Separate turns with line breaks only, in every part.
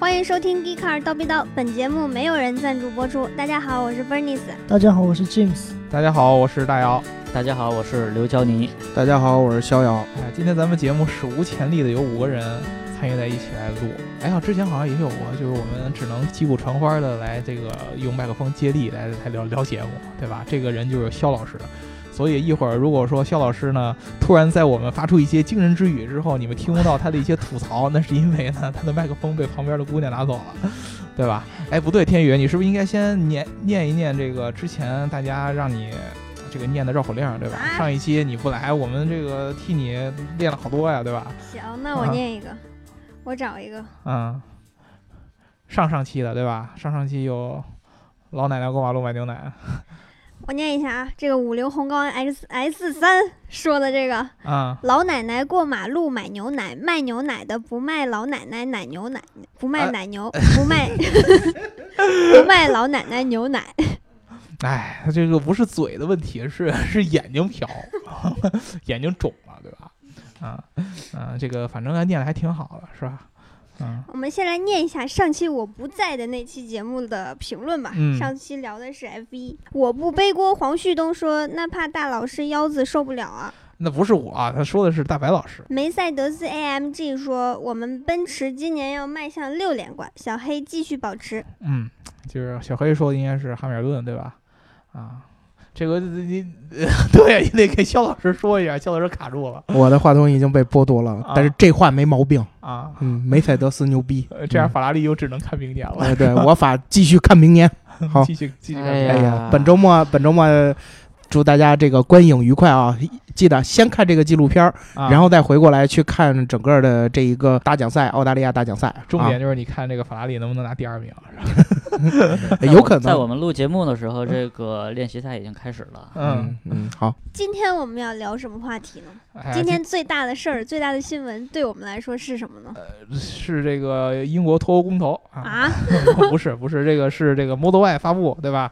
欢迎收听《Geek Car 叨逼叨》，本节目没有人赞助播出。大家好，我是 Bernice。
大家好，我是 James。
大家好，我是大姚。
大家好，我是刘娇妮。
大家好，我是 逍遥。
哎，今天咱们节目史无前例的有五个人参与在一起来录。哎呀，之前好像也有过，就是我们只能击鼓传花的来这个用麦克风接力来来聊聊节目，对吧？这个人就是肖老师。所以一会儿如果说肖老师呢突然在我们发出一些惊人之语之后，你们听不到他的一些吐槽，那是因为呢他的麦克风被旁边的姑娘拿走了，对吧？哎，不对，天宇，你是不是应该先念念一念这个之前大家让你这个念的绕口令儿，对吧？
啊
上一期你不来，我们这个替你练了好多呀，对吧？
行，那我念一个，我找一个。
嗯，上上期的对吧？上上期有老奶奶过马路买牛奶
我念一下啊，这个五菱宏光 X S 三 说的这个
啊、
老奶奶过马路买牛奶，卖牛奶的不卖老奶奶奶牛奶，不卖
哎
奶牛，不卖 不卖老奶奶牛奶。
哎， 这个不是嘴的问题，是 是眼睛瞟，眼睛肿了，对吧？啊、啊、这个反正念的还挺好的，是吧？嗯
我们先来念一下上期我不在的那期节目的评论吧。
嗯
上期聊的是 F 一，我不背锅。黄旭东说：“那怕大老师腰子受不了啊。
那不是我啊，他说的是大白老师”。
梅赛德斯 AMG 说：“我们奔驰今年要迈向六连冠，小黑继续保持。
嗯，就是小黑说的应该是汉密尔顿，对吧？啊，这个你 对，你得给肖老师说一下，肖老师卡住了
我的话筒已经被剥夺了，
啊
但是这话没毛病。
啊。
嗯，梅赛德斯牛逼。
呃，这样
嗯
法拉利又只能看明年了。
哎，对我法继续看明年。好
继续继续。
哎
哎呀
呀，
本周末本周末，祝大家这个观影愉快啊！记得先看这个纪录片儿，
啊
然后再回过来去看整个的这一个大奖赛，澳大利亚大奖赛。
重
啊
点就是你看这个法拉利能不能拿第二名。啊
哎有可
在我
能。
们录节目的时候，这个练习赛已经开始了。
嗯，
嗯，好，”
今天我们要聊什么话题呢？
哎呀
今天最大的事儿、最大的新闻，对我们来说是什么呢？
这是这个英国脱欧公投啊，
啊，
不是不是，这个是这个 Model Y 发布，对吧？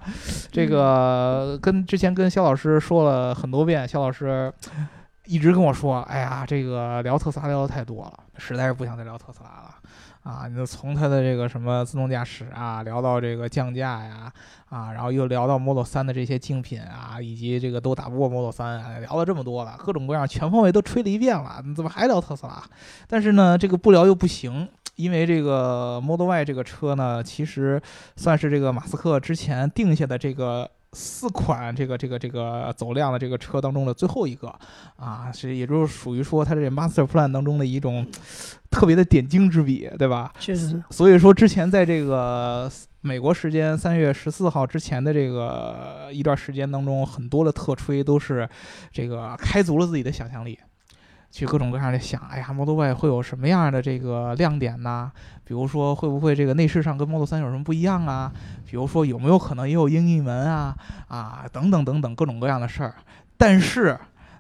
这个跟之前跟肖老师说了很多遍，肖老师一直跟我说，哎呀，这个聊特斯拉聊的太多了，实在是不想再聊特斯拉了。啊，你就从它的这个什么自动驾驶啊，聊到这个降价呀，啊，然后又聊到 Model 3的这些竞品啊，以及这个都打不过 Model 3啊，聊了这么多了，各种各样全方位都吹了一遍了，你怎么还聊特斯拉？但是呢，这个不聊又不行，因为这个 Model Y 这个车呢，其实算是这个马斯克之前定下的这个。四款这个这个这个走量的这个车当中的最后一个，啊，是也就是属于说它这 master plan 当中的一种特别的点睛之笔，对吧？
确实，
所以说，之前在这个美国时间三月十四号之前的这个一段时间当中，很多的特吹都是这个开足了自己的想象力，去各种各样的想，哎呀，Model Y 会有什么样的这个亮点呐？比如说，会不会这个内饰上跟 Model 3有什么不一样啊？比如说，有没有可能也有英译门啊？啊，等等等等，各种各样的事儿。但是，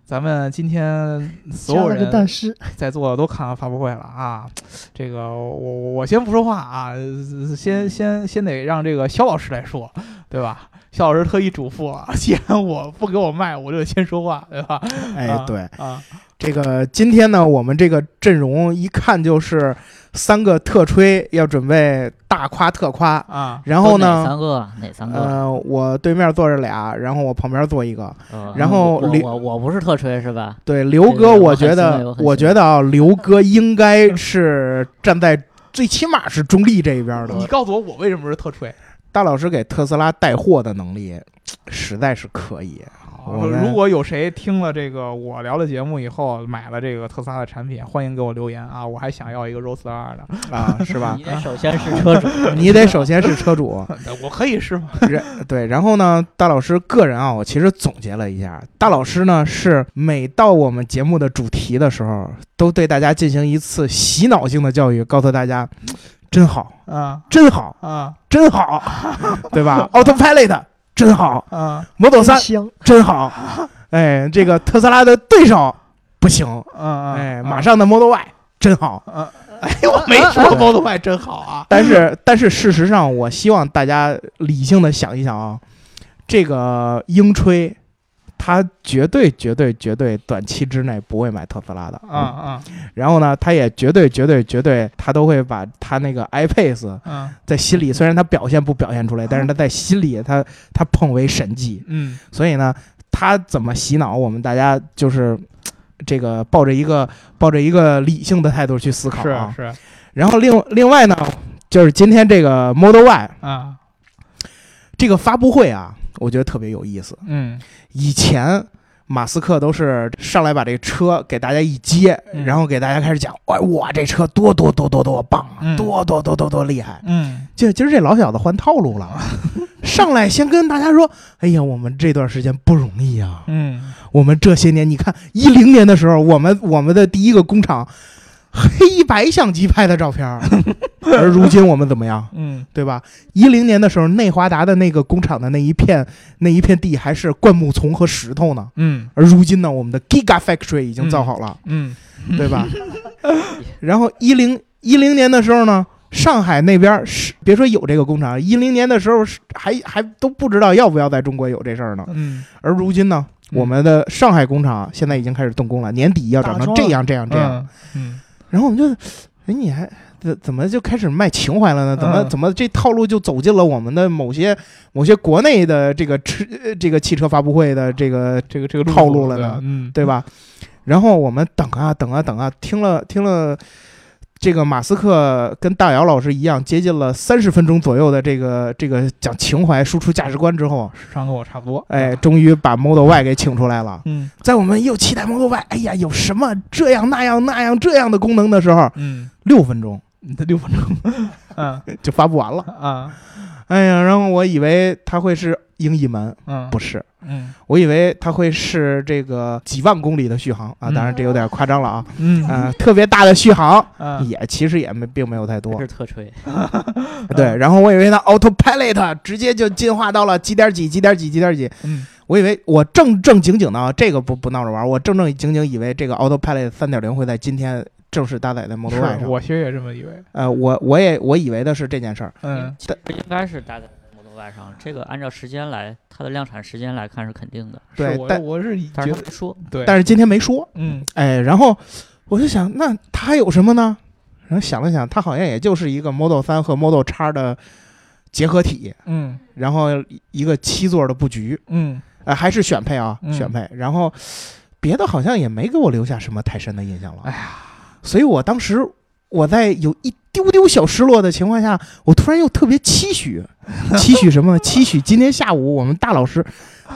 咱们今天所有
加了
人
个但是，
在座的都看完发布会了啊。这个我我我先不说话啊，呃先先先得让这个肖老师来说，对吧？肖老师特意嘱咐了， 既然我不给我卖，我就先说话，对吧？
哎
啊，
对，
啊，
这个今天呢，我们这个阵容一看就是三个特吹，要准备大夸特夸。
啊，
然
都
后
哪
呢，
三个啊？哪三个？
呃，我对面坐着俩，然后我旁边坐一个。
呃
然后
我
李
我我不是特吹是吧？
对，刘
这
哥，
个我
我
很
觉
欣慰
得
我，很
我
欣
觉得啊，刘哥应该是站在最起码是中立这一边
你
的。
告诉我，我为什么是特吹？
大老师给特斯拉带货的能力实在是可以。我们
如果有谁听了这个我聊的节目以后买了这个特斯拉的产品，欢迎给我留言啊！我还想要一个 Roadster 二呢，
啊，是吧
你？得首先是车主，
你得首先是车主，
我可以是吗？
然 对，然后呢，大老师个人啊，我其实总结了一下，大老师呢是每到我们节目的主题的时候，都对大家进行一次洗脑性的教育，告诉大家，嗯真好，
啊
真好，
啊
真好，对 吧？Autopilot 真好
啊
，Model
真
三
香，
真好，哎，这个特斯拉的对手不行，
啊啊！
哎，马上的 Model Y 真好。
啊！哎， 我没说 Model Y 真好啊！
但是，但是事实上，我希望大家理性的想一想啊，这个英吹他绝对绝对绝对短期之内不会买特斯拉的嗯
啊啊
然后呢，他也绝对绝对绝对，他都会把他那个 iPace
啊
在心里，虽然他表现不表现出来，但是他在心里他他捧为神迹。
嗯
所以呢，他怎么洗脑我们大家就是。这个抱着一个抱着一个理性的态度去思考啊
是，是
然后另另外呢，就是今天这个 Model Y
啊
这个发布会啊，我觉得特别有意思。
嗯
以前马斯克都是上来把这个车给大家一接，
嗯
然后给大家开始讲，哎，我这车多多多多多棒啊，
嗯
多多多多多厉害。
嗯
就今儿这老小子换套路了，啊上来先跟大家说，哎呀，我们这段时间不容易啊，
嗯
我们这些年，你看一零年的时候，我们我们的第一个工厂。黑白相机拍的照片儿，而如今我们怎么样？
嗯
对吧？一零年的时候，内华达的那个工厂的那一片那一片地还是灌木丛和石头呢，
嗯
而如今呢，我们的 Giga Factory 已经造好了，
嗯
对吧？然后一零一零年的时候呢，上海那边是别说有这个工厂，一零年的时候是还还都不知道要不要在中国有这事儿呢，
嗯
而如今呢，
嗯
我们的上海工厂现在已经开始动工了，年底要长
打桩
成这样这样这样。
嗯
然后我们就，哎，你还怎怎么就开始卖情怀了呢？怎么、
嗯
怎么这套路就走进了我们的某些某些国内的这个车呃这个汽车发布会的这个
这个这个
套路了呢
的嗯
对吧？然后我们等啊等啊等啊，听了听了。这个马斯克跟大姚老师一样，接近了三十分钟左右的这个这个讲情怀、输出价值观之后，啊
时长跟我差不多
哎，
啊
终于把 Model Y 给请出来了。
嗯
在我们又期待 Model Y，哎呀，有什么这样那样那样这样的功能的时候，
嗯
六分钟
你的六分钟嗯
就发布完了。
啊
哎呀，然后我以为它会是英译门，
嗯
不是，
嗯
我以为它会是这个几万公里的续航啊，
嗯
当然这有点夸张了啊，
嗯
呃，特别大的续航
啊
也其实也没并没有太
还
多
是，特吹，
嗯
对，然后我以为它 Autopilot 直接就进化到了几点几几点几几点几，
嗯
我以为我正正经经的啊，这个不不闹着玩儿，我正正经经以为这个 Autopilot 三点零会在今天正式搭载在 Model Y
是
上，
我其实也这么以为
呃，我我也我以为的是这件事儿，
嗯
其实应该是搭在 Model Y 上。这个按照时间来，它的量产时间来看是肯定的，
对
是我
但
我是觉
但是他
得
不说，
对
但是今天没说，
嗯
哎，然后我就想，那它还有什么呢？然后想了想，它好像也就是一个 Model 三和 Model X 的结合体，
嗯
然后一个七座的布局，
嗯
呃，还是选配啊，
嗯
选配。然后别的好像也没给我留下什么太深的印象了。
哎
呀，所以我当时我在有一丢丢小失落的情况下，我突然又特别期许，期许什么呢？期许今天下午我们大老师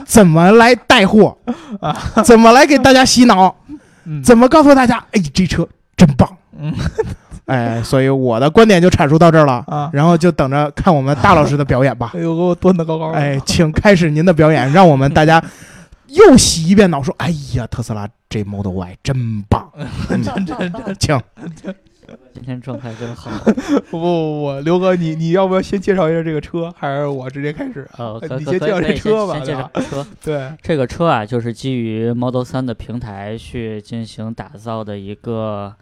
怎么来带货
啊，
怎么来给大家洗脑。
嗯
怎么告诉大家？哎，这车真棒！
嗯
哎，所以我的观点就阐述到这儿了，
啊
然后就等着看我们大老师的表演吧
哎。呦给我蹲的高高的啊
哎，请开始您的表演，让我们大家又洗一遍脑，说：“哎呀，特斯拉这 Model Y 真棒！”嗯请
今天状态真好。
不不不不，刘哥，你你要不要先介绍一下这个车，还是我直接开始？
呃，
呃
可
你
可
先
可
介绍
以
这
可以
车吧
先
对
介绍
啊
吧
车。
对，
这个车啊，就是基于 Model 3的平台去进行打造的一个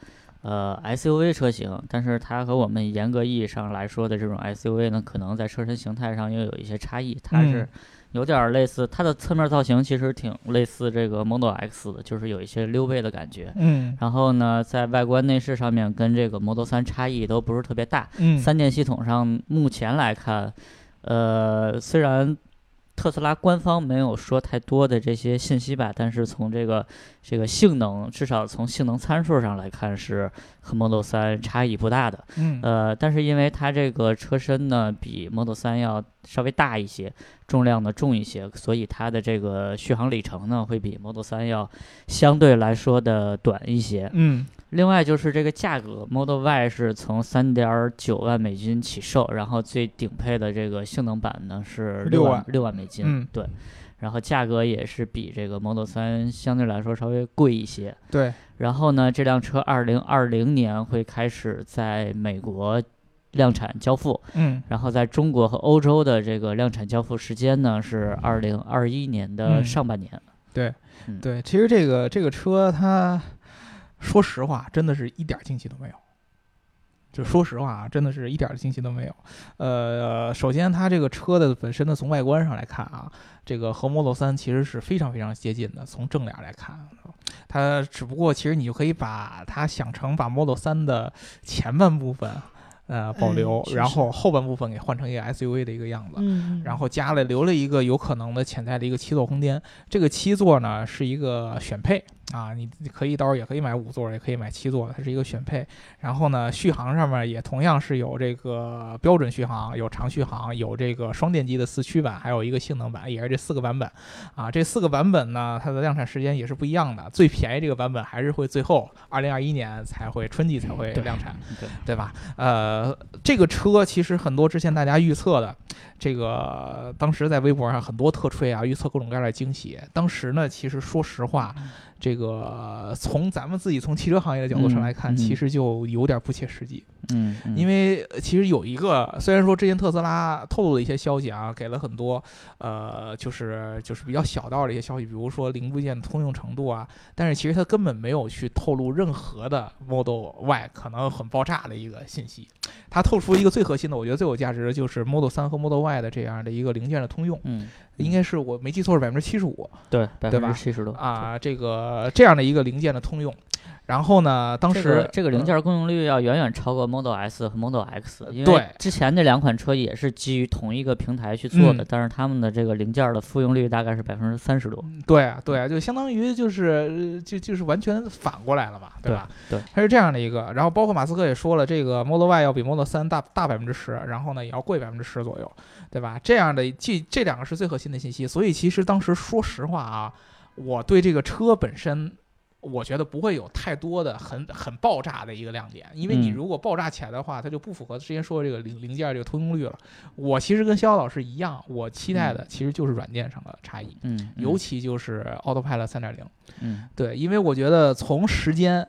呃 SUV 车型，但是它和我们严格意义上来说的这种 SUV 呢，可能在车身形态上又有一些差异。它
嗯
是有点儿类似，它的侧面造型其实挺类似这个 Model X 的，就是有一些溜背的感觉。
嗯
然后呢，在外观内饰上面跟这个 Model 3差异都不是特别大，
嗯
三电系统上，目前来看，呃，虽然特斯拉官方没有说太多的这些信息吧，但是从这个这个性能，至少从性能参数上来看，是和 Model 3差异不大的。
嗯
呃，但是因为它这个车身呢比 Model 3要稍微大一些，重量呢重一些，所以它的这个续航里程呢会比 Model 3要相对来说的短一些。
嗯
另外就是这个价格，Model Y 是从三点九万美金起售，然后最顶配的这个性能版呢是
六
六
万
六万美金，
嗯
对，然后价格也是比这个 Model 3相对来说稍微贵一些。
对，
然后呢，这辆车二零二零年会开始在美国量产交付，
嗯
然后在中国和欧洲的这个量产交付时间呢是二零二一年的
嗯
上半年。
对，其实这个这个车它，说实话，真的是一点儿惊喜都没有。就说实话啊，真的是一点儿惊喜都没有。呃，首先它这个车的本身的从外观上来看啊，这个和 Model 3其实是非常非常接近的。从正脸来看，它只不过其实你就可以把它想成把 Model 3的前半部分呃保留
哎，确实
然后后半部分给换成一个 SUV 的一个样子。
嗯
然后加了留了一个有可能的潜在的一个七座空间。这个七座呢是一个选配啊，你你可以到时候也可以买五座，也可以买七座，它是一个选配。然后呢，续航上面也同样是有这个标准续航，有长续航，有这个双电机的四驱版，还有一个性能版，也是这四个版本啊。这四个版本呢，它的量产时间也是不一样的。最便宜这个版本还是会最后二零二一年才会春季才会
对
量产，
对
对吧？呃，这个车其实很多之前大家预测的，这个当时在微博上很多特吹啊，预测各种各样的惊喜。当时呢，其实说实话，这个从咱们自己从汽车行业的角度上来看，
嗯嗯
其实就有点不切实际。
嗯，
因
为
为呃其实有一个，虽然说之前特斯拉透露的一些消息啊，给了很多呃，就是就是比较小道的一些消息，比如说零部件的通用程度啊，但是其实它根本没有去透露任何的 Model Y 可能很爆炸的一个信息。它透出一个最核心的，我觉得最有价值的就是 Model 3和 Model Y 的这样的一个零件的通用，
嗯，
应该是我没记错是百分之七十五。
对百
对
分
吧
之七十多，
啊，这个这样的一个零件的通用。然后呢，当时、
这个这个
嗯
零件供应率要远远超过 Model S 和 Model X，因为
呃对
之前这两款车也是基于同一个平台去做的，
嗯
但是他们的这个零件的复用率大概是百分之三十多。
对啊，对啊，就相当于就是呃就就是完全反过来了嘛，对吧？
对对
它是这样的一个。然后包括马斯克也说了，这个 Model Y 要比 Model 3大大百分之十，然后呢也要贵百分之十左右，对吧？这样的这这两个是最核心的信息。所以其实当时说实话啊，我对这个车本身。我觉得不会有太多的很很爆炸的一个亮点，因为你
嗯
如果爆炸起来的话，它就不符合之前说的这个零零件这个通用率了。我其实跟肖老师一样，我期待的其实就是软件上的差异。
嗯，
尤其就是 Autopilot 三点零。
嗯
对，因为我觉得从时间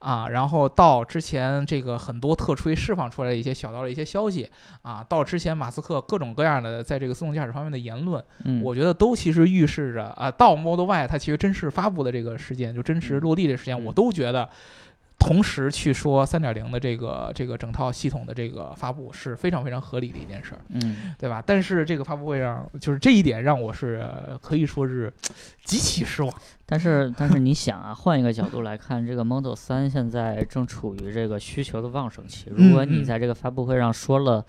啊，然后到之前这个很多特吹释放出来的一些小道的一些消息啊，到之前马斯克各种各样的在这个自动驾驶方面的言论，
嗯，
我觉得都其实预示着啊，到 Model Y 它其实真实发布的这个时间，就真实
嗯
落地的时间，
嗯
我都觉得。同时去说三点零的这个这个整套系统的这个发布是非常非常合理的一件事儿。
嗯
对吧？但是这个发布会上，就是这一点让我是呃可以说是极其失望。
但是但是你想啊，换一个角度来看，这个 Model 3现在正处于这个需求的旺盛期。如果
嗯
你
嗯
在这个发布会上说了，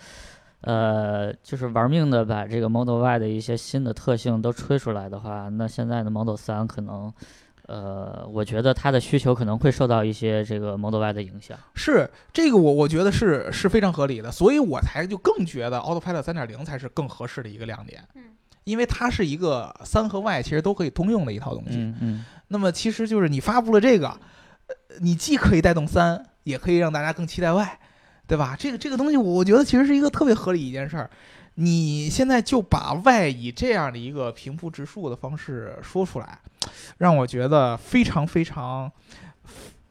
呃，就是玩命的把这个 Model Y 的一些新的特性都吹出来的话，那现在的 Model 3可能。呃，我觉得它的需求可能会受到一些这个 Model Y 的影响。
是这个我，我觉得是是非常合理的，所以我才就更觉得 Autopilot 三点零才是更合适的一个亮点。
嗯，
因为它是一个三和 Y 其实都可以通用的一套东西。
嗯嗯
那么其实就是你发布了这个，呃你既可以带动三，也可以让大家更期待 Y，对吧？这个这个东西，我觉得其实是一个特别合理一件事儿。你现在就把 Y 以这样的一个平铺直述的方式说出来，让我觉得非常非常，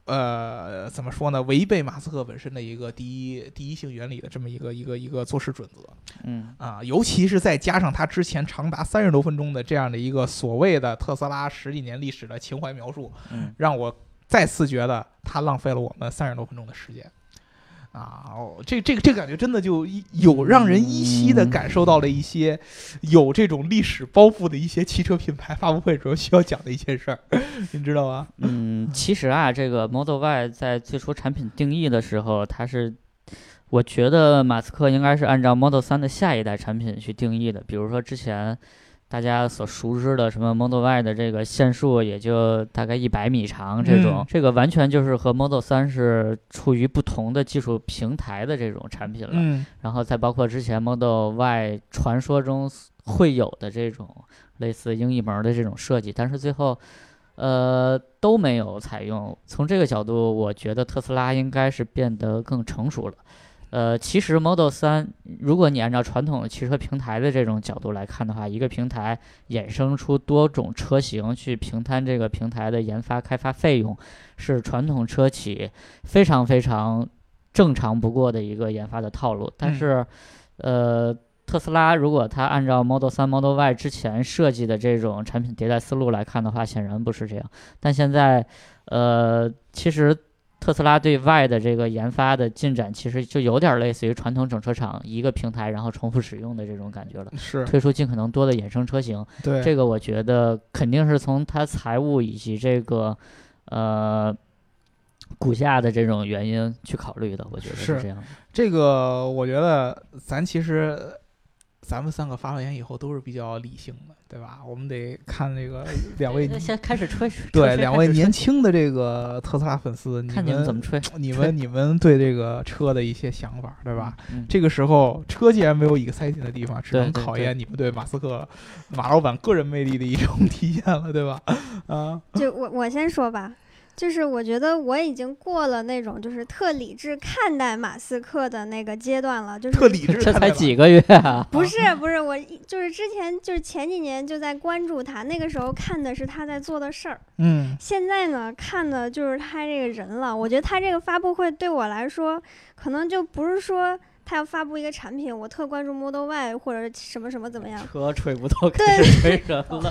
呃，怎么说呢？违背马斯克本身的一个第一第一性原理的这么一个一个一个做事准则。
嗯
啊，尤其是再加上他之前长达三十多分钟的这样的一个所谓的特斯拉十几年历史的情怀描述，
嗯
让我再次觉得他浪费了我们三十多分钟的时间。啊，哦，这这个这个感觉真的就一有让人依稀的感受到了一些有这种历史包袱的一些汽车品牌发布会时候需要讲的一些事儿，你知道吗？
嗯，其实啊，这个 Model Y 在最初产品定义的时候，它是，我觉得马斯克应该是按照 Model 3的下一代产品去定义的。比如说之前大家所熟知的什么 Model Y 的这个限速也就大概一百米长这种，
嗯
这个完全就是和 Model 3是处于不同的技术平台的这种产品了。
嗯
然后再包括之前 Model Y 传说中会有的这种类似鹰翼门的这种设计，但是最后，呃，都没有采用。从这个角度，我觉得特斯拉应该是变得更成熟了。呃，其实 Model 3，如果你按照传统的汽车平台的这种角度来看的话，一个平台衍生出多种车型去平摊这个平台的研发开发费用，是传统车企非常非常正常不过的一个研发的套路。但
嗯
是，呃，特斯拉如果它按照 Model 3、Model Y 之前设计的这种产品迭代思路来看的话，显然不是这样。但现在，呃，其实。特斯拉对外的这个研发的进展，其实就有点类似于传统整车厂一个平台，然后重复使用的这种感觉了。
是
推出尽可能多的衍生车型，
对
这个我觉得肯定是从它财务以及这个呃股价的这种原因去考虑的，我觉得
是
这样的。
这个我觉得咱其实咱们三个发完言以后都是比较理性的，对吧？我们得看这 个两位
那先开始吹，吹
对
吹
两
开
位
始吹
年轻的这个特斯拉粉丝，
看你们怎么吹，
你 们你们对这个车的一些想法，对
对
吧？？
嗯，
这个时候，车既然没有 exciting 的地方，只
对
能
对
考
对
验你们对马斯克、马老板个人魅力的一种 体现了，对吧？啊，
就我我先说吧，就是我觉得我已经过了那种就是特理智看待马斯克的那个阶段了，就是
特理智，
这才几个月啊，
不是不是，我一就是之前就是前几年就在关注他，那个时候看的是他在做的事儿，
嗯，
现在呢看的就是他这个人了。我觉得他这个发布会对我来说，可能就不是说他要发布一个产品，我特关注 Model Y 或者什么什么怎么样，
车吹不动，开 始吹人了。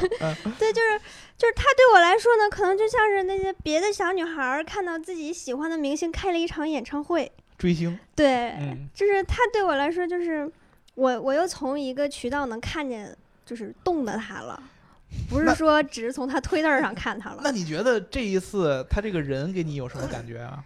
对，就是就是他对我来说呢，可能就像是那些别的小女孩儿看到自己喜欢的明星开了一场演唱会，
追星，
对，
哎
嗯，
就是他对我来说，就是我我又从一个渠道能看见，就是动的他了，不
那
是说只是从他推特上看他
那
了。
你觉得这一次他这个人给你有什么感觉啊？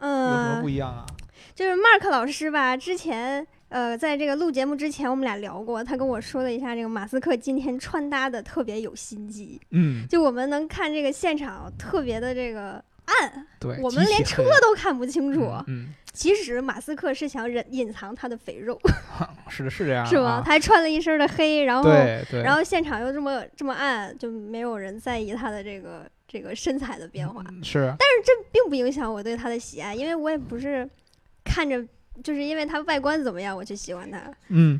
有什么
嗯
不，一样啊？
就是 Mark 老师吧，之前呃，在这个录节目之前，我们俩聊过，他跟我说了一下这个马斯克今天穿搭的特别有心机，
嗯，
就我们能看这个现场特别的这个暗，
对，
我们连车都看不清楚。
嗯，
其实马斯克是想忍隐藏他的肥肉，
是的，是这 样，
是吗？？他还穿了一身的黑，然后
嗯啊对对，
然后现场又这么这么暗，就没有人在意他的这个这个身材的变化，
嗯是，
并不影响我对他的喜爱，因为我也不是看着就是因为他外观怎么样我去喜欢他。
嗯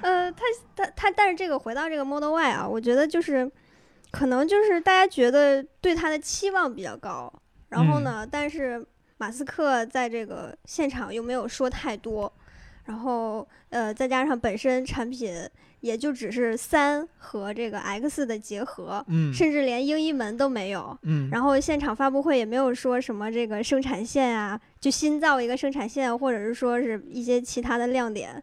呃，他他他，但是这个回到这个 Model Y 啊，我觉得就是可能就是大家觉得对他的期望比较高，然后呢，但是马斯克在这个现场又没有说太多，然后呃，再加上本身产品也就只是三和这个 X 的结合，
嗯
甚至连英译门都没有。
嗯，
然后现场发布会也没有说什么这个生产线啊，就新造一个生产线，或者是说是一些其他的亮点。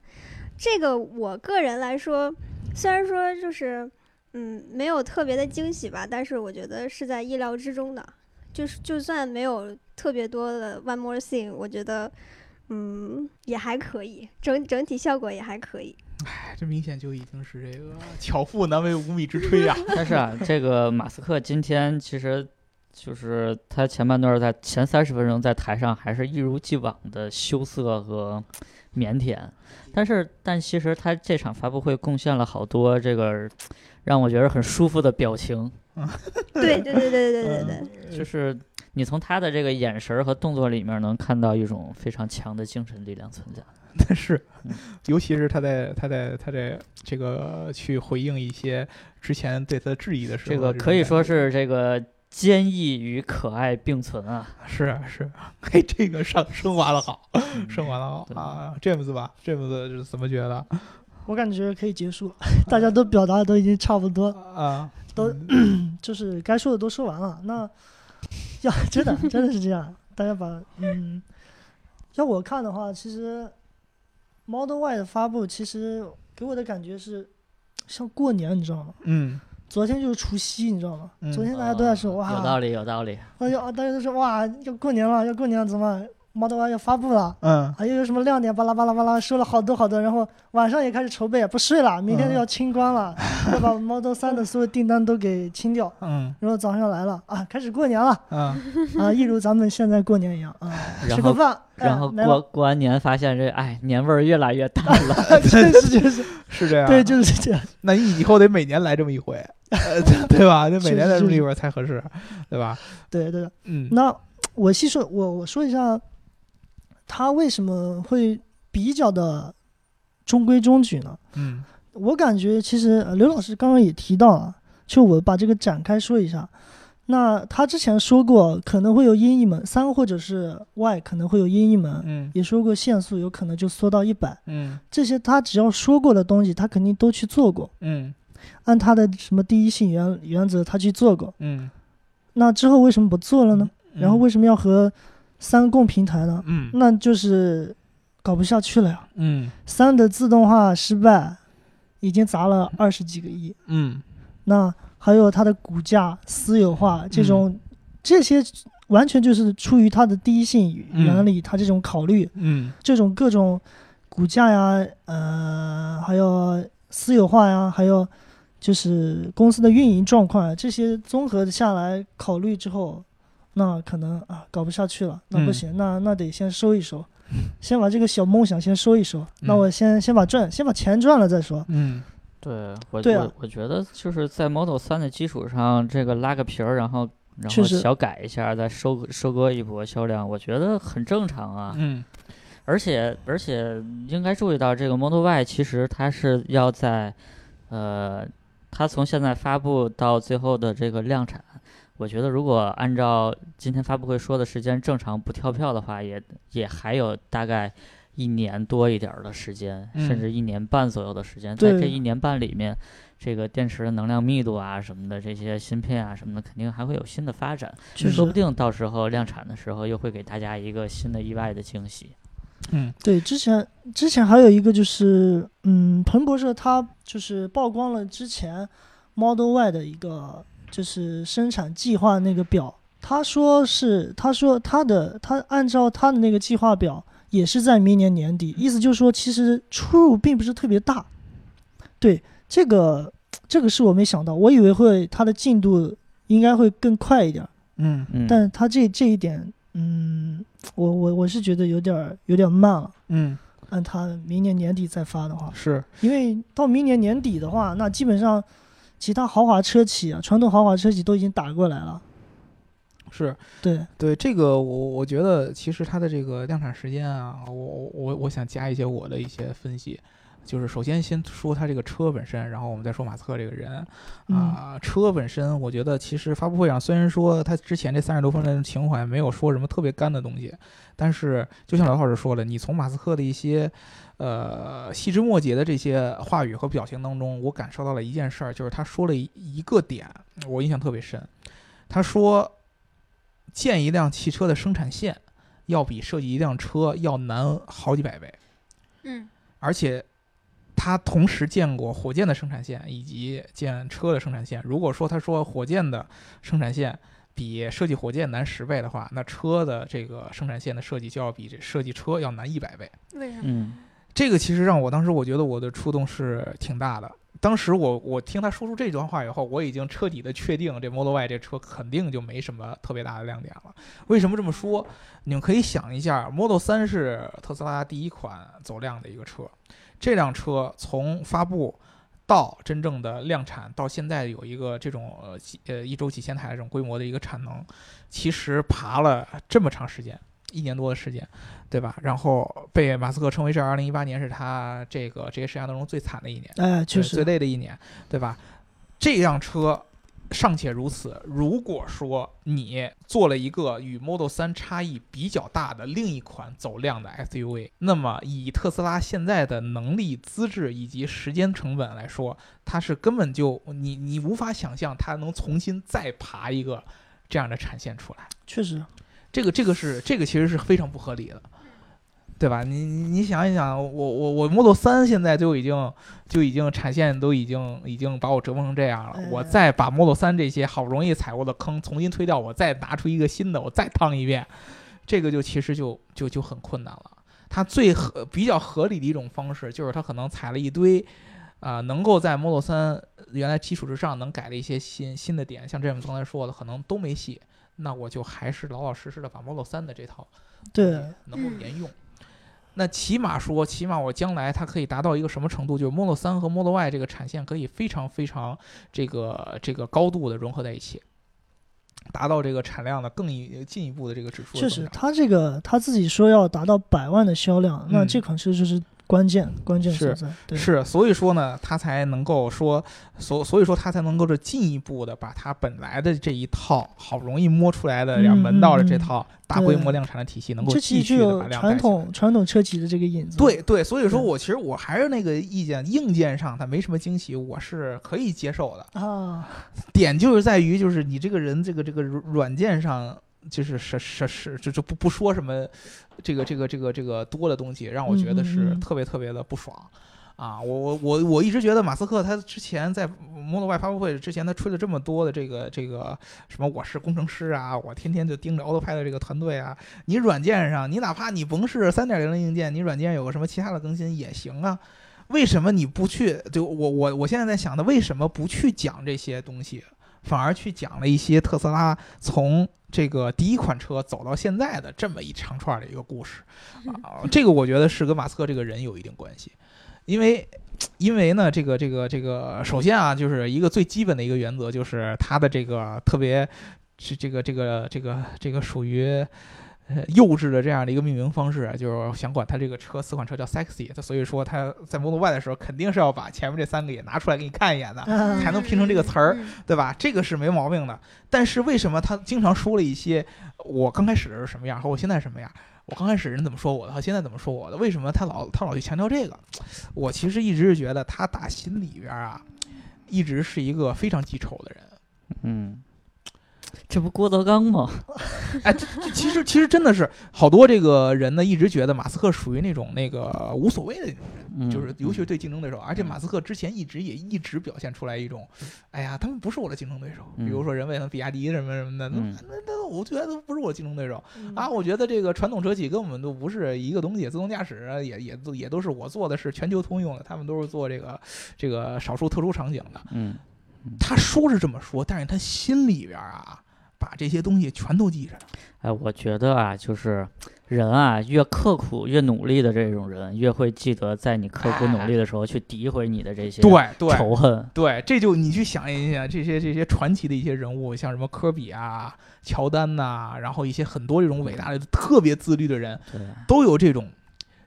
这个我个人来说，虽然说就是嗯没有特别的惊喜吧，但是我觉得是在意料之中的。就是就算没有特别多的 one more thing，我觉得嗯也还可以，整整体效果也还可以。
哎这明显就已经是这个巧妇难为无米之 炊呀。
但是啊，这个马斯克今天其实就是他前半段在前三十分钟在台上还是一如既往的羞涩和腼腆，但是但其实他这场发布会贡献了好多这个让我觉得很舒服的表情，
对对对对对对对。
就是你从他的这个眼神儿和动作里面能看到一种非常强的精神力量存在。
但是
嗯，
尤其是他在他在他在这个去回应一些之前对他质疑的时候，
这个
种
可以
感
说
觉
是这个坚毅与可爱并存啊。
是是，嘿，这个上升华的好，
嗯
升华的好
对
啊，James 吧，James 是怎么觉得
我感觉可以结束了， 大家都表达的都已经差不多，
啊？
都
嗯
就是该说的都说完了。那要 真的真的是这样，大家把嗯，要我看的话，其实 Model Y 的发布其实给我的感觉是像过年，你知道吗？
嗯昨
昨天就是除夕，你知道吗？
嗯
昨天大家都在说、
哦有道
哇，
理，有道理。
大家大家都说哇要过年了，要过年了，怎么办 Model Y 要发布了？
嗯
啊，又有什么亮点？巴拉巴拉巴拉，说了好多好多，然后晚上也开始筹备，不睡了，明天
嗯
就要清关了，要把 Model 3的所有订单都给清掉。
嗯
然后早上来了啊，开始过年了
嗯，
啊，一如咱们现在过年一样啊，
然
吃个
后，
饭，哎
然后
来
过
了，
过完年发现这哎年味儿越来越淡 了。
真是就是，
是这样。啊
对，，就是这样，
那你以后得每年来这么一 回，呃对对吧？得每
是
年来这么
是
一回才合适，对吧？
对对。对
嗯
那我细说，我我说一下，他为什么会比较的中规中矩呢？
嗯
我感觉其实呃刘老师刚刚也提到了，就我把这个展开说一下。那他之前说过可能会有阴一门三或者是 Y 可能会有阴一门，
嗯
也说过限速有可能就缩到一百，
嗯
这些他只要说过的东西，他肯定都去做过，
嗯
按他的什么第一性原原则他去做过。
嗯
那之后为什么不做了呢？
嗯
然后为什么要和三共平台呢？
嗯
那就是搞不下去了呀。
嗯
三的自动化失败，已经砸了二十几个亿。
嗯
那还有它的股价私有化
嗯
这种，这些完全就是出于它的第一性原理，它这种考虑，
嗯
这种各种股价呀，呃，还有私有化呀，还有就是公司的运营状况啊，这些综合下来考虑之后，那可能啊搞不下去了，那不
嗯
行，那那得先收一 收，先把这个小梦想先收一收，那
嗯
我先先把赚先把钱赚了再说，
嗯
对我
对啊
我我觉得就是在 Model 3的基础上，这个拉个皮儿，然后然
确
后
实
小改一下，再收收割一波销量，我觉得很正常啊。
嗯
而且而且应该注意到，这个 Model Y 其实它是要在，呃，它从现在发布到最后的这个量产，我觉得如果按照今天发布会说的时间正常不跳票的话，也也还有大概一年多一点儿的时间，甚
嗯
至一年半左右的时间，在这
对
一年半里面。这个电池的能量密度啊，什么的，这些芯片啊什么的，肯定还会有新的发展，
确
说不
实。
定到时候量产的时候，又会给大家一个新的意外的惊喜。
嗯
对，之前之前还有一个就是，嗯，彭博社它就是曝光了之前 Model Y 的一个就是生产计划那个表，他说是他说他的他按照他的那个计划表也是在明年年底，意思就是说其实出入并不是特别大。对，这个这个是我没想到，我以为会它的进度应该会更快一点，
嗯
嗯，
但它这这一点，嗯，我我我是觉得有点儿有点儿慢了。
嗯
按他明年年底再发的话，
是
因为到明年年底的话，那基本上其他豪华车企啊，传统豪华车企都已经打过来了。
是
对，
对这个我我觉得其实它的这个量产时间啊，我我我我想加一些我的一些分析。就是首先先说它这个车本身，然后我们再说马斯克这个人
嗯，
啊、车本身，我觉得其实发布会上虽然说他之前这三十多分钟的情怀没有说什么特别干的东西，但是就像刘老师说的，你从马斯克的一些呃细枝末节的这些话语和表情当中，我感受到了一件事儿，就是他说了一一个点，我印象特别深。他说，建一辆汽车的生产线要比设计一辆车要难好几百倍，
嗯，
而且他同时见过火箭的生产线以及建车的生产线。如果说他说火箭的生产线比设计火箭难十倍的话，那车的这个生产线的设计就要比这设计车要难一百倍。
为什么？
嗯
这个其实让我当时我觉得我的触动是挺大的。当时我我听他说出这段话以后，我已经彻底的确定这 Model Y 这车肯定就没什么特别大的亮点了。为什么这么说？你们可以想一下，Model 3是特斯拉第一款走量的一个车，这辆车从发布到真正的量产，到现在有一个这种呃几呃一周几千台这种规模的一个产能，其实爬了这么长时间，一年多的时间。对吧？然后被马斯克称为是二零一八年是他这个职业生涯当中最惨的一年，
哎，确
对最
实，
累的一年，对吧？这辆车尚且如此，如果说你做了一个与 Model 3差异比较大的另一款走量的 SUV，那么以特斯拉现在的能力、资质以及时间成本来说，它是根本就你你无法想象它能重新再爬一个这样的产线出来。
确实，
这个这个是这个其实是非常不合理的，对吧？你你你想一想，我我我 Model 三现在就已经就已经产线都已经已经把我折磨成这样了，我
嗯
再把 Model 三这些好不容易踩过的坑重新推掉，我再拿出一个新的，我再趟一遍，这个就其实就就就很困难了。它最合比较合理的一种方式就是它可能踩了一堆。啊、能够在 Model 3原来基础之上能改的一些新新的点，像这我们刚才说的，可能都没戏。那我就还是老老实实的把 Model 3的这套
对，嗯
能够沿用。那起码说，起码我将来它可以达到一个什么程度？就是 Model 3和 Model Y 这个产线可以非常非常这个这个高度的融合在一起，达到这个产量的更一进一步的这个指数的
确
增
实，
长。
他这个他自己说要达到百万的销量，那
嗯
这款车就是关键关键所在。对，
是，所以说呢，它才能够说，所所以说它才能够这进一步的把它本来的这一套好不容易摸出来的两门道的这
嗯嗯嗯
套大规模
对
量产的体系，能够
这
继
其实
续
就
的把
有
量
传
带起来
统传统车企的这个影子。
对，对，所以说
对
我其实我还是那个意见，硬件上它没什么惊喜，我是可以接受的。
啊，
点就是在于，就是你这个人这个这个软软件上就是是是是，就就不不说什么这个这个这个这个多的东西，让我觉
嗯
得
嗯
是
嗯
特别特别的不爽。啊，我我我我一直觉得马斯克他之前在 Model Y 发布会之前，他吹了这么多的这个这个什么我是工程师啊，我天天就盯着 AutoPilot 的这个团队啊。你软件上，你哪怕你甭是三点零的硬件，你软件有个什么其他的更新也行啊。为什么你不去？就我我我现在在想的，为什么不去讲这些东西，反而去讲了一些特斯拉从这个第一款车走到现在的这么一长串的一个故事啊？这个我觉得是跟马斯克这个人有一定关系，因为。因为呢，这个这个这个，首先啊，就是一个最基本的一个原则，就是他的这个特别，这这个这个这个这个属于。呃，幼稚的这样的一个命名方式，就是想管它这个车四款车叫 sexy，它所以说它在 Model Y 的时候，肯定是要把前面这三个也拿出来给你看一眼的，
嗯
才能拼成这个词儿
嗯，
对吧？这个是没毛病的。但是为什么他经常说了一些我刚开始是什么样和我现在是什么样？我刚开始人怎么说我的，和现在怎么说我的？为什么他老他老去强调这个？我其实一直是觉得他打心里边啊，一直是一个非常记仇的人。
嗯，这不郭德纲吗？
哎，这这其实其实真的是好多这个人呢，一直觉得马斯克属于那种那个无所谓的
嗯
就是尤其是对竞争对手，而且马斯克之前一直也一直表现出来一种，哎呀，他们不是我的竞争对手，比如
嗯
说人为什么比亚迪什么什么的，那
嗯
那那我觉得都不是我竞争对手
嗯
啊，我觉得这个传统车企跟我们都不是一个东西，自动驾驶啊也也都也都是我做的是全球通用的，他们都是做这个这个少数特殊场景的。
嗯
他说是这么说，但是他心里边啊，把这些东西全都记着。
哎，我觉得啊，就是人啊，越刻苦、越努力的这种人，越会记得在你刻苦努力的时候去诋毁你的这些
对对，
仇恨。
对，这就你去想一想这些这些传奇的一些人物，像什么科比啊、乔丹呐、然后一些很多这种伟大的、特别自律的人，
对，
都有这种，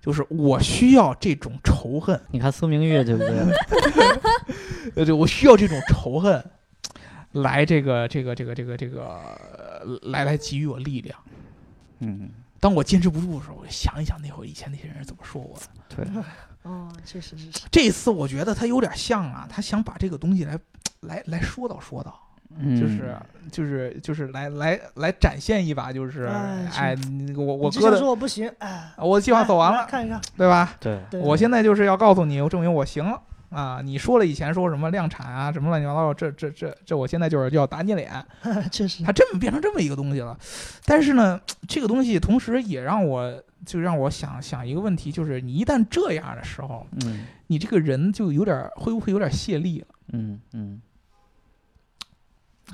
就是我需要这种仇恨，
你看苏明玉对不对？
呃，对我需要这种仇恨，来这个这个这个这个这个呃来来给予我力量。
嗯，
当我坚持不住的时候，我想一想那会儿以前那些人是怎么说我的。
对，
哦，确实是是
这次我觉得他有点像啊，他想把这个东西来来来说道说道。
嗯
就是就是就是来来来展现一把，就是
哎
哎，你我我
你之
哥
前
的
说我不行，哎，
我的计划走完
来来
了，
看一看，
对吧？
对，
对
我现在就是要告诉你，我证明我行了啊！你说了以前说什么量产啊，什么乱七八糟，这这这这，我现在就是要打你脸，
确实
它这么变成这么一个东西了。但是呢，这个东西同时也让我就让我想想一个问题，就是你一旦这样的时候，
嗯
你这个人就有点儿会不会有点儿泄力啊了？
嗯嗯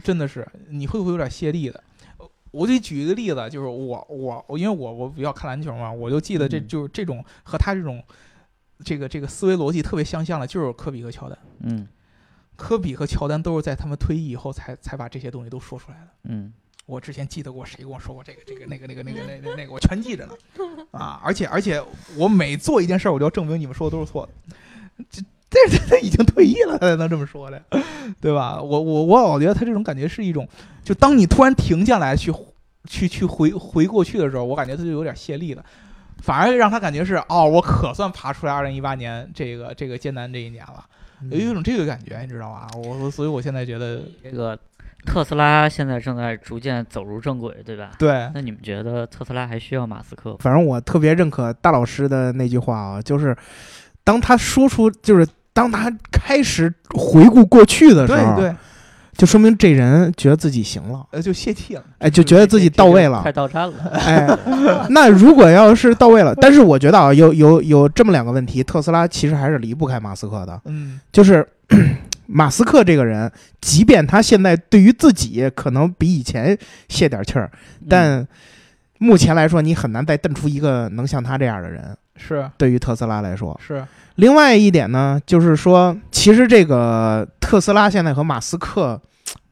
真的是，你会不会有点泄力的？呃我就举一个例子，就是我我我，因为我我比较看篮球嘛，我就记得这
嗯
就是这种和他这种这个这个思维逻辑特别相像的，就是科比和乔丹。
嗯
科比和乔丹都是在他们退役以后才才把这些东西都说出来的。
嗯
我之前记得过谁跟我说过这个这个那个那个那个那个那个，我全记着呢。啊，而且而且我每做一件事儿，我就要证明你们说的都是错的。这这这他已经退役了，他才能这么说的，对吧？我我我老觉得他这种感觉是一种，就当你突然停下来去去去回回过去的时候，我感觉他就有点泄力了。反而让他感觉是哦，我可算爬出来二零一八年这个这个艰难这一年了，
嗯
有一种这个感觉，你知道吧？我我所以我现在觉得，
这个特斯拉现在正在逐渐走入正轨，对吧？
对，
那你们觉得特斯拉还需要马斯克吗？
反正我特别认可大老师的那句话啊，就是当他说出，就是当他开始回顾过去的时
对
候，
对，
就说明这人觉得自己行了，
呃，就泄气了，
哎，就觉得自己到位了
快。到站 了。
哎， 那如果要是到位了，但是我觉得啊，有有有这么两个问题，特斯拉其实还是离不开马斯克的，
嗯，
就是 马斯克这个人，即便他现在对于自己可能比以前泄点气
嗯
儿，
嗯
但目前来说，你很难再瞪出一个能像他这样的人。
是
对于特斯拉来说，
是，
另外一点呢，就是说，其实这个特斯拉现在和马斯克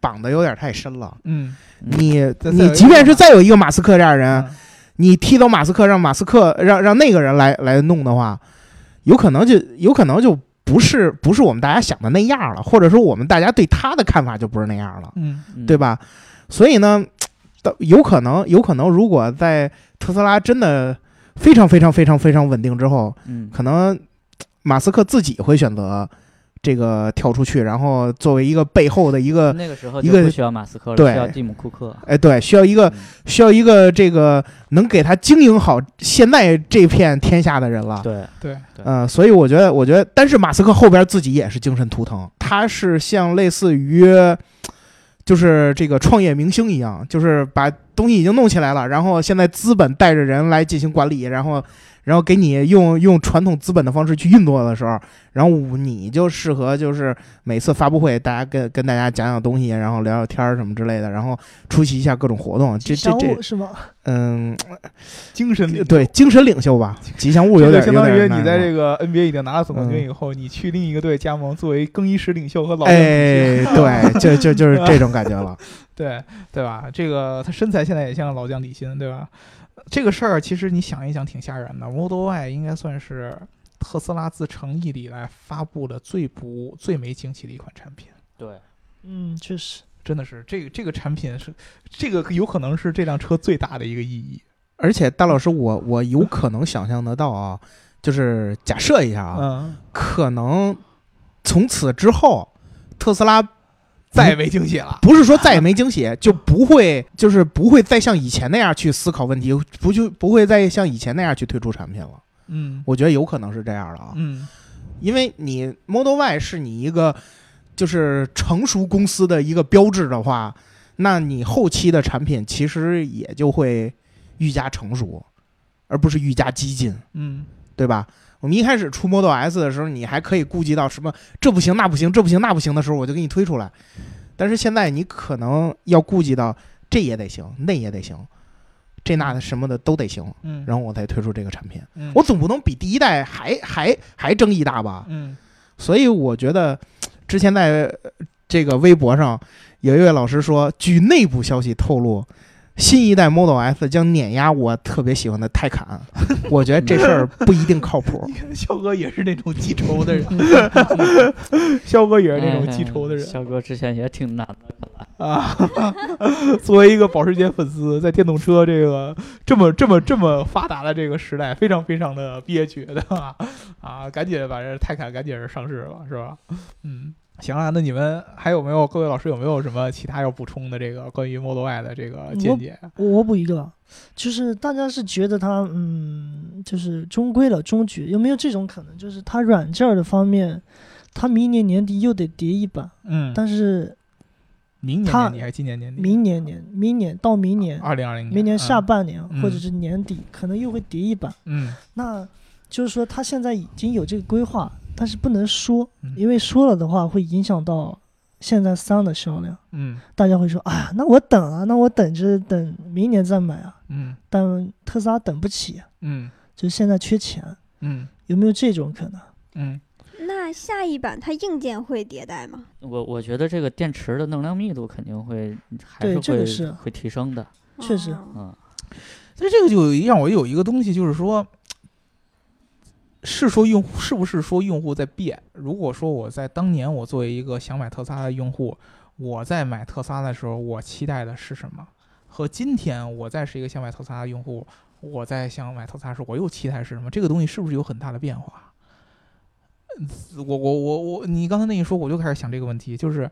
绑的有点太深了。
嗯，
你
再再有
你
一
即
个
便
吧
是再有一个马斯克这样的人，
嗯
你踢走马斯克，让马斯克让让那个人来来弄的话，有可能就有可能就不是不是我们大家想的那样了，或者说我们大家对他的看法就不是那样了，
嗯
嗯
对？吧？所以呢，到有可能有可能，如果在特斯拉真的非常非常非常非常稳定之后，
嗯
可能马斯克自己会选择这个跳出去，然后作为一个背后的一个，
那个时候
一
就
个
不需要马斯克了，
对
需要蒂姆·库克。
哎，对，需要一个
嗯
需要一个这个能给他经营好现在这片天下的人了。
对，
对，
嗯，所以我觉得，我觉得，但是马斯克后边自己也是精神图腾，他是像类似于，就是这个创业明星一样，就是把东西已经弄起来了，然后现在资本带着人来进行管理，然后，然后给你用用传统资本的方式去运作的时候，然后你就适合就是每次发布会，大家跟跟大家讲讲东西，然后聊聊天儿什么之类的，然后出席一下各种活动，这
吉
这
祥
这
物，是吗？
嗯，
精神领袖
对，，精神领袖吧，吉祥物
这就
有点
相
有
当于
点
你
那
在
什么
这个 NBA 已经拿了总冠军
嗯
以后，你去另一个队加盟，作为更衣室领袖和老将领袖，
哎， 对，就就就是这种感觉了。
对对吧？这个他身材现在也像老将李欣，对吧？这个事儿其实你想一想挺吓人的，Model Y 应该算是特斯拉自成立以来发布的最不最没惊喜的一款产品。
对，
嗯，确实，
真的是这个这个产品是这个有可能是这辆车最大的一个意义
而且大老师，我我有可能想象得到啊，就是假设一下啊，
嗯，
可能从此之后，特斯拉
再也没惊喜了。
不是说再也没惊喜，就不会就是不会再像以前那样去思考问题，不就不会再像以前那样去推出产品了。
嗯
我觉得有可能是这样的啊，
嗯
因为你 Model Y 是你一个就是成熟公司的一个标志的话，那你后期的产品其实也就会愈加成熟，而不是愈加激进，
嗯，
对吧？我们一开始出 Model S 的时候，你还可以顾及到什么这不行那不行这不行那不行的时候，我就给你推出来。但是现在你可能要顾及到这也得行，那也得行，这那的什么的都得行，
嗯，
然后我才推出这个产品。
嗯
我总不能比第一代还还还争议大吧？
嗯
所以我觉得，之前在呃这个微博上有一位老师说，据内部消息透露，新一代 Model S 将碾压我特别喜欢的泰坦。我觉得这事儿不一定靠谱
你。看肖哥也是那种记仇的人，
嗯
肖哥也是那种记仇的
哎
人
肖哥之前也挺难的，
啊。 作为一个保时捷粉丝，在电动车这个这么这么这么发达的这个时代，非常非常的憋屈的 啊啊！赶紧把这泰坦赶紧上市吧，是吧？嗯，行啊，那你们还有没有各位老师有没有什么其他要补充的这个关于 Model Y 的这个见解？
我我补一个，就是大家是觉得它，嗯，就是中规了中矩，有没有这种可能？就是它软件儿的方面，它明年年底又得叠一版，
嗯，
但是
明年
他
年底还是今年年底？
明年年明年到明年，
二零二啊零年，
明年下
嗯
半年、
嗯
或者是年底，可能又会叠一版。
嗯
那就是说，他现在已经有这个规划，但是不能说
嗯，
因为说了的话会影响到现在三的销量。
嗯
大家会说，哎呀，那我等啊，那我等着等明年再买啊。
嗯
但特斯拉等不起，啊
嗯
就是现在缺钱，
嗯
有没有这种可能？
嗯
那下一版它硬件会迭代吗？
我我觉得这个电池的能量密度肯定会还
对
是
这个
会
是
会提升的，
确实
哦
嗯，
所以这个就让我有一个东西，就是说，是说用户是不是说用户在变？如果说我在当年我作为一个想买特斯拉的用户，我在买特斯拉的时候，我期待的是什么？和今天我再是一个想买特斯拉的用户，我在想买特斯拉时，我又期待是什么？这个东西是不是有很大的变化？嗯我我我我，你刚才那一说，我就开始想这个问题，就是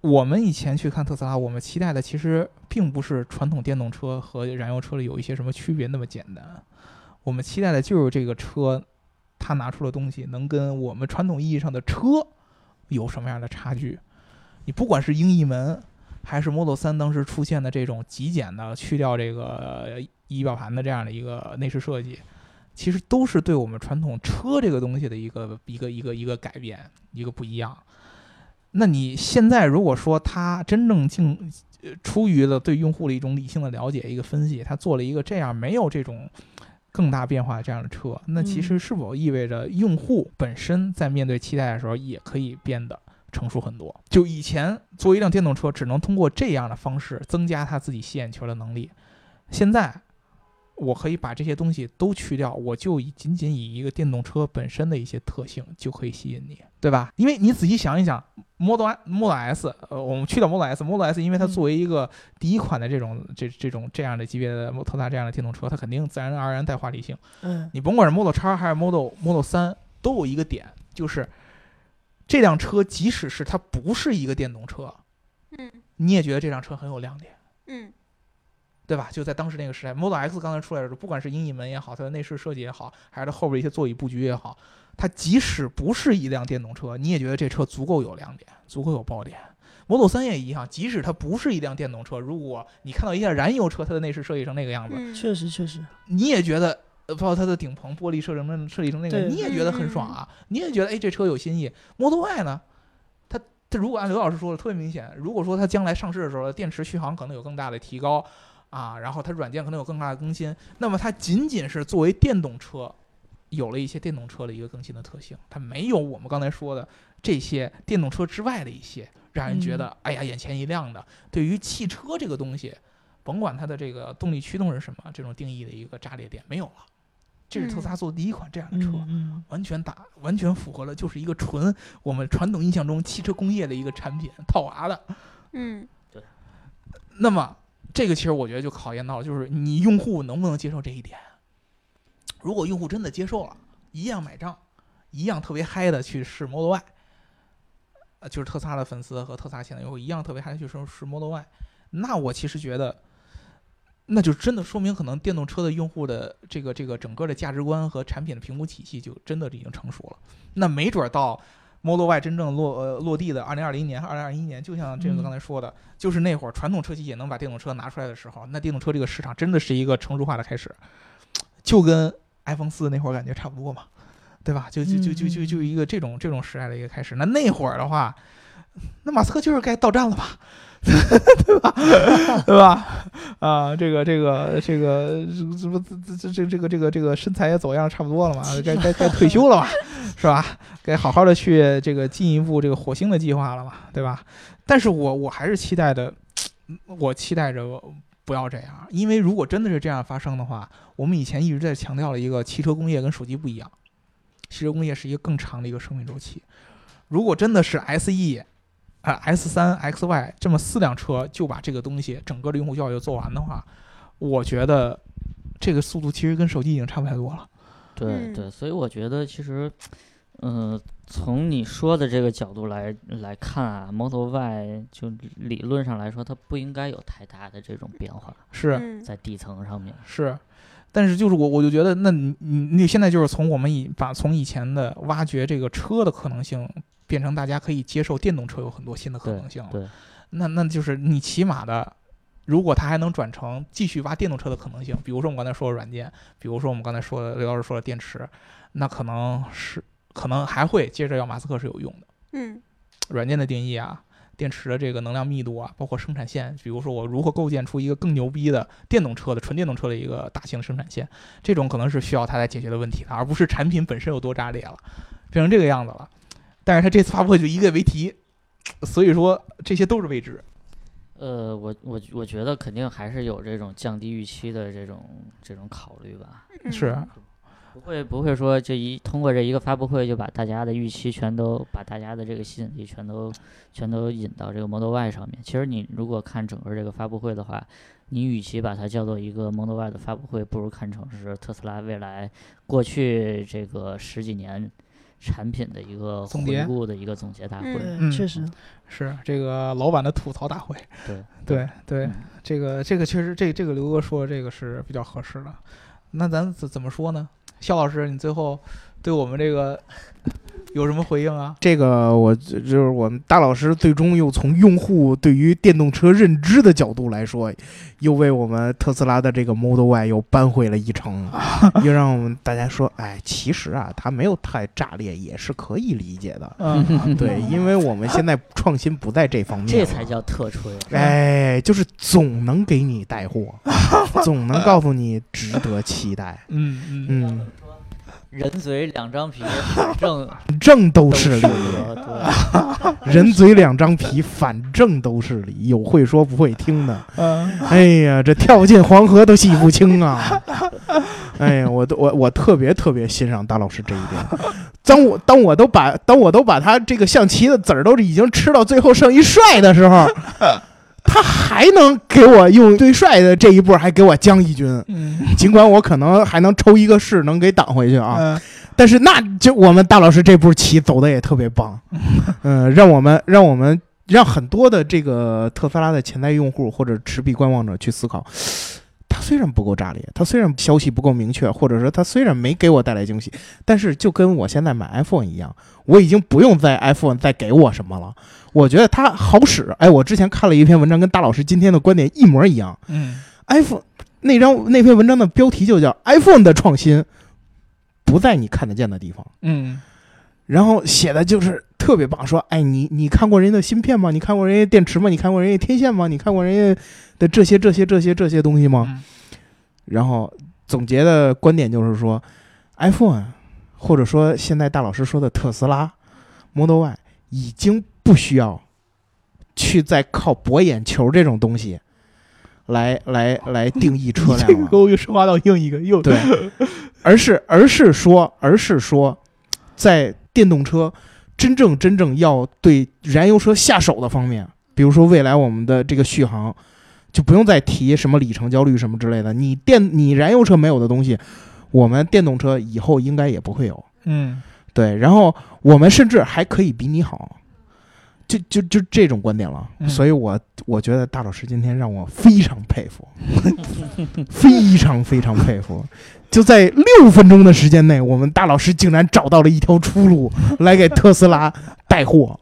我们以前去看特斯拉，我们期待的其实并不是传统电动车和燃油车里有一些什么区别那么简单，我们期待的就是这个车，它拿出的东西能跟我们传统意义上的车有什么样的差距。你不管是英译门，还是 Model 3当时出现的这种极简的去掉这个呃仪表盘的这样的一个内饰设计，其实都是对我们传统车这个东西的一个一个一个一个改变，一个不一样。那你现在如果说他真正进，呃出于了对用户的一种理性的了解、一个分析，他做了一个这样没有这种更大变化的这样的车，那其实是否意味着用户本身在面对期待的时候也可以变得成熟很多？就以前作为一辆电动车，只能通过这样的方式增加他自己吸眼球的能力，现在。我可以把这些东西都去掉，我就以仅仅以一个电动车本身的一些特性就可以吸引你，对吧？因为你仔细想一想，Model I- Model S，呃，我们去掉 Model S，Model S 因为它
嗯
作为一个第一款的这种、这这种这样的级别的特斯拉这样的电动车，它肯定自然而然带话题性。
嗯，
你甭管是 Model X 还是 Model Model 三，都有一个点，就是这辆车即使是它不是一个电动车，
嗯
你也觉得这辆车很有亮点。
嗯
对吧？就在当时那个时代，Model X 刚才出来的时候，不管是鹰翼门也好，它的内饰设计也好，还是它后边一些座椅布局也好，它即使不是一辆电动车，你也觉得这车足够有亮点，足够有爆点。Model 3也一样，即使它不是一辆电动车，如果你看到一辆燃油车，它的内饰设计成那个样子，
嗯，
确实确实，
你也觉得，呃，包括它的顶棚玻璃设成那设计成那个，
对
你也觉得很爽啊，你也觉得哎这车有新意。Model Y 呢，它它如果按刘老师说的特别明显，如果说它将来上市的时候，电池续航可能有更大的提高啊，然后它软件可能有更大的更新，那么它仅仅是作为电动车。有了一些电动车的一个更新的特性，它没有我们刚才说的这些电动车之外的一些让人觉得、哎呀眼前一亮的。对于汽车这个东西，甭管它的这个动力驱动是什么，这种定义的一个炸裂点没有了。这是特斯拉做的第一款这样的车，
嗯
完全打完全符合了，就是一个纯我们传统印象中汽车工业的一个产品套娃的。
嗯
那么这个其实我觉得就考验到了，就是你用户能不能接受这一点。如果用户真的接受了，一样买账，一样特别嗨的去试 Model Y，呃，就是特斯拉的粉丝和特斯拉现在用户一样特别嗨地去试试 Model Y，那我其实觉得，那就真的说明可能电动车的用户的这个这个整个的价值观和产品的评估体系就真的已经成熟了。那没准儿到 Model Y 真正落呃落地的二零二零年、二零二一年，就像这个
嗯
刚才说的，就是那会儿传统车企也能把电动车拿出来的时候，那电动车这个市场真的是一个成熟化的开始，就跟 iPhone 四那会儿感觉差不多嘛，对吧？就就就就就就一个这种这种时代的一个开始。那那会儿的话，那马斯克就是该到站了吧？对吧？啊，这个这个这个这不这这这这个这个这个身材也走样差不多了嘛，该该该退休了嘛，是吧？该好好的去这个进一步这个火星的计划了嘛，对吧？但是我我还是期待的，我期待着不要这样，因为如果真的是这样发生的话，我们以前一直在强调了一个汽车工业跟手机不一样，汽车工业是一个更长的一个生命周期。如果真的是 SE 啊 S 三 XY 这么四辆车就把这个东西整个的用户教育做完的话，我觉得这个速度其实跟手机已经差不太多了。
对
嗯
对，所以我觉得其实，嗯、从你说的这个角度来来看啊，Model Y 就理论上来说，它不应该有太大的这种变化
是、
嗯
在底层上面。
是，但是就是我我就觉得，那你你你现在就是从我们以把从以前的挖掘这个车的可能性，变成大家可以接受电动车有很多新的可
对
能性了。
对，
那那就是你起码的，如果它还能转成继续挖电动车的可能性，比如说我们刚才说的软件，比如说我们刚才说的刘老师说的电池，那可能是可能还会接着要马斯克是有用的。
嗯
软件的定义啊，电池的这个能量密度啊，包括生产线，比如说我如何构建出一个更牛逼的电动车的纯电动车的一个大型生产线，这种可能是需要它来解决的问题的，而不是产品本身有多炸裂了，变成这个样子了。但是它这次发布会就一个为题，所以说这些都是未知。
呃，我我我觉得肯定还是有这种降低预期的这种这种考虑吧，
嗯
是，
不会不会说这一通过这一个发布会就把大家的预期全都把大家的这个吸引力全都全都引到这个 Model Y 上面。其实你如果看整个这个发布会的话，你与其把它叫做一个 Model Y 的发布会，不如看成是特斯拉未来过去这个十几年产品的一个
总结
回顾的一个总结大会。
嗯
对，
嗯
确实，
是这个老板的吐槽大会。
对
对对
嗯，
这个这个确实，这这个刘哥说的这个是比较合适的。那咱怎怎么说呢？肖老师，你最后对我们这 个有什么回应啊？
这个我就是我们大老师最终又从用户对于电动车认知的角度来说，又为我们特斯拉的这个 Model Y 又扳回了一城，啊又让我们大家说，哎，其实啊，它没有太炸裂，也是可以理解的。
嗯，
对，因为我们现在创新不在这方 面，
这才。叫特吹。啊
哎，就是总能给你带货，总能告诉你值得期待。
嗯嗯，
嗯，
人嘴两张皮，反正
嗯正都
都
是理。
德。对。
人嘴两张皮，反正都是理，有会说不会听的。
嗯
哎呀，这跳进黄河都洗不清啊！哎呀，我都我我特别特别欣赏大老师这一点。当我当我都把当我都把他这个象棋的子儿都已经吃到最后剩一帅的时候，他还能给我用最帅的这一步，还给我将一军。
嗯
尽管我可能还能抽一个士能给挡回去啊，
嗯
但是那就我们大老师这步棋走的也特别棒，嗯、让我们让我们让很多的这个特斯拉的潜在用户或者持币观望者去思考。它虽然不够炸裂，它虽然消息不够明确，或者说它虽然没给我带来惊喜，但是就跟我现在买 iPhone 一样，我已经不用在 iPhone 再给我什么了。我觉得它好使。哎，我之前看了一篇文章，跟大老师今天的观点一模一样。
嗯
iPhone 那张那篇文章的标题就叫 “iPhone 的创新不在你看得见的地方
嗯”，
然后写的就是特别棒，说：“哎，你你看过人家的芯片吗？你看过人家电池吗？你看过人家天线吗？你看过人家的这些这些这些这些东西吗？”
嗯
然后总结的观点就是说，iPhone 或者说现在大老师说的特斯拉 Model Y 已经不需要去再靠博眼球这种东西来来来定义车辆了。
又升华到另一个又
对，而是而是说，而是说，在电动车真正真正要对燃油车下手的方面，比如说未来我们的这个续航，就不用再提什么里程焦虑什么之类的，你电你燃油车没有的东西，我们电动车以后应该也不会有。
嗯
对，然后我们甚至还可以比你好，就就就这种观点了。
嗯
所以我我觉得大老师今天让我非常佩服，非常非常佩服。就在六分钟的时间内，我们大老师竟然找到了一条出路来给特斯拉带货，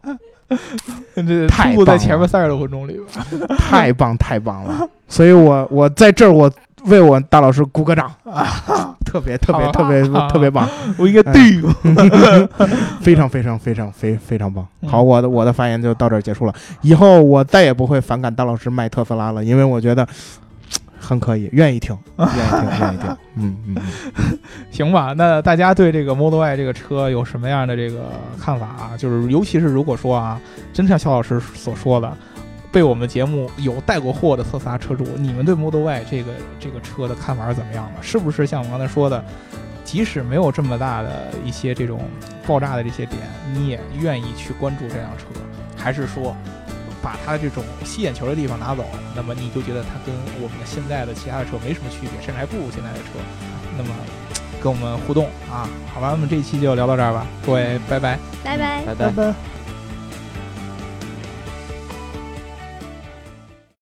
这
太
出步在
棒
前
了啊
面三十多分钟里吧。
太棒太棒了！所以我我在这儿我为我大老师鼓个掌啊，特别特别特别
好啊
特别棒。
我应该
哎
对过。
非常非常非常非非常棒。
嗯
好，我的我的发言就到这儿结束了。以后我再也不会反感大老师卖特斯拉了，因为我觉得很可以，愿意听，愿意听，愿意听。嗯嗯，嗯
行吧，那大家对这个 Model Y 这个车有什么样的这个看法啊？就是尤其是如果说啊，真像肖老师所说的，被我们节目有带过货的特斯拉车主，你们对 Model Y 这个这个车的看法是怎么样的？是不是像我刚才说的，即使没有这么大的一些这种爆炸的这些点，你也愿意去关注这辆车？还是说，把它这种吸眼球的地方拿走，那么你就觉得它跟我们现在的其他的车没什么区别，甚至还不如现在的车？那么跟我们互动啊。好吧，那么这一期就聊到这儿吧，各位，拜拜。
拜拜。
拜拜
拜。拜。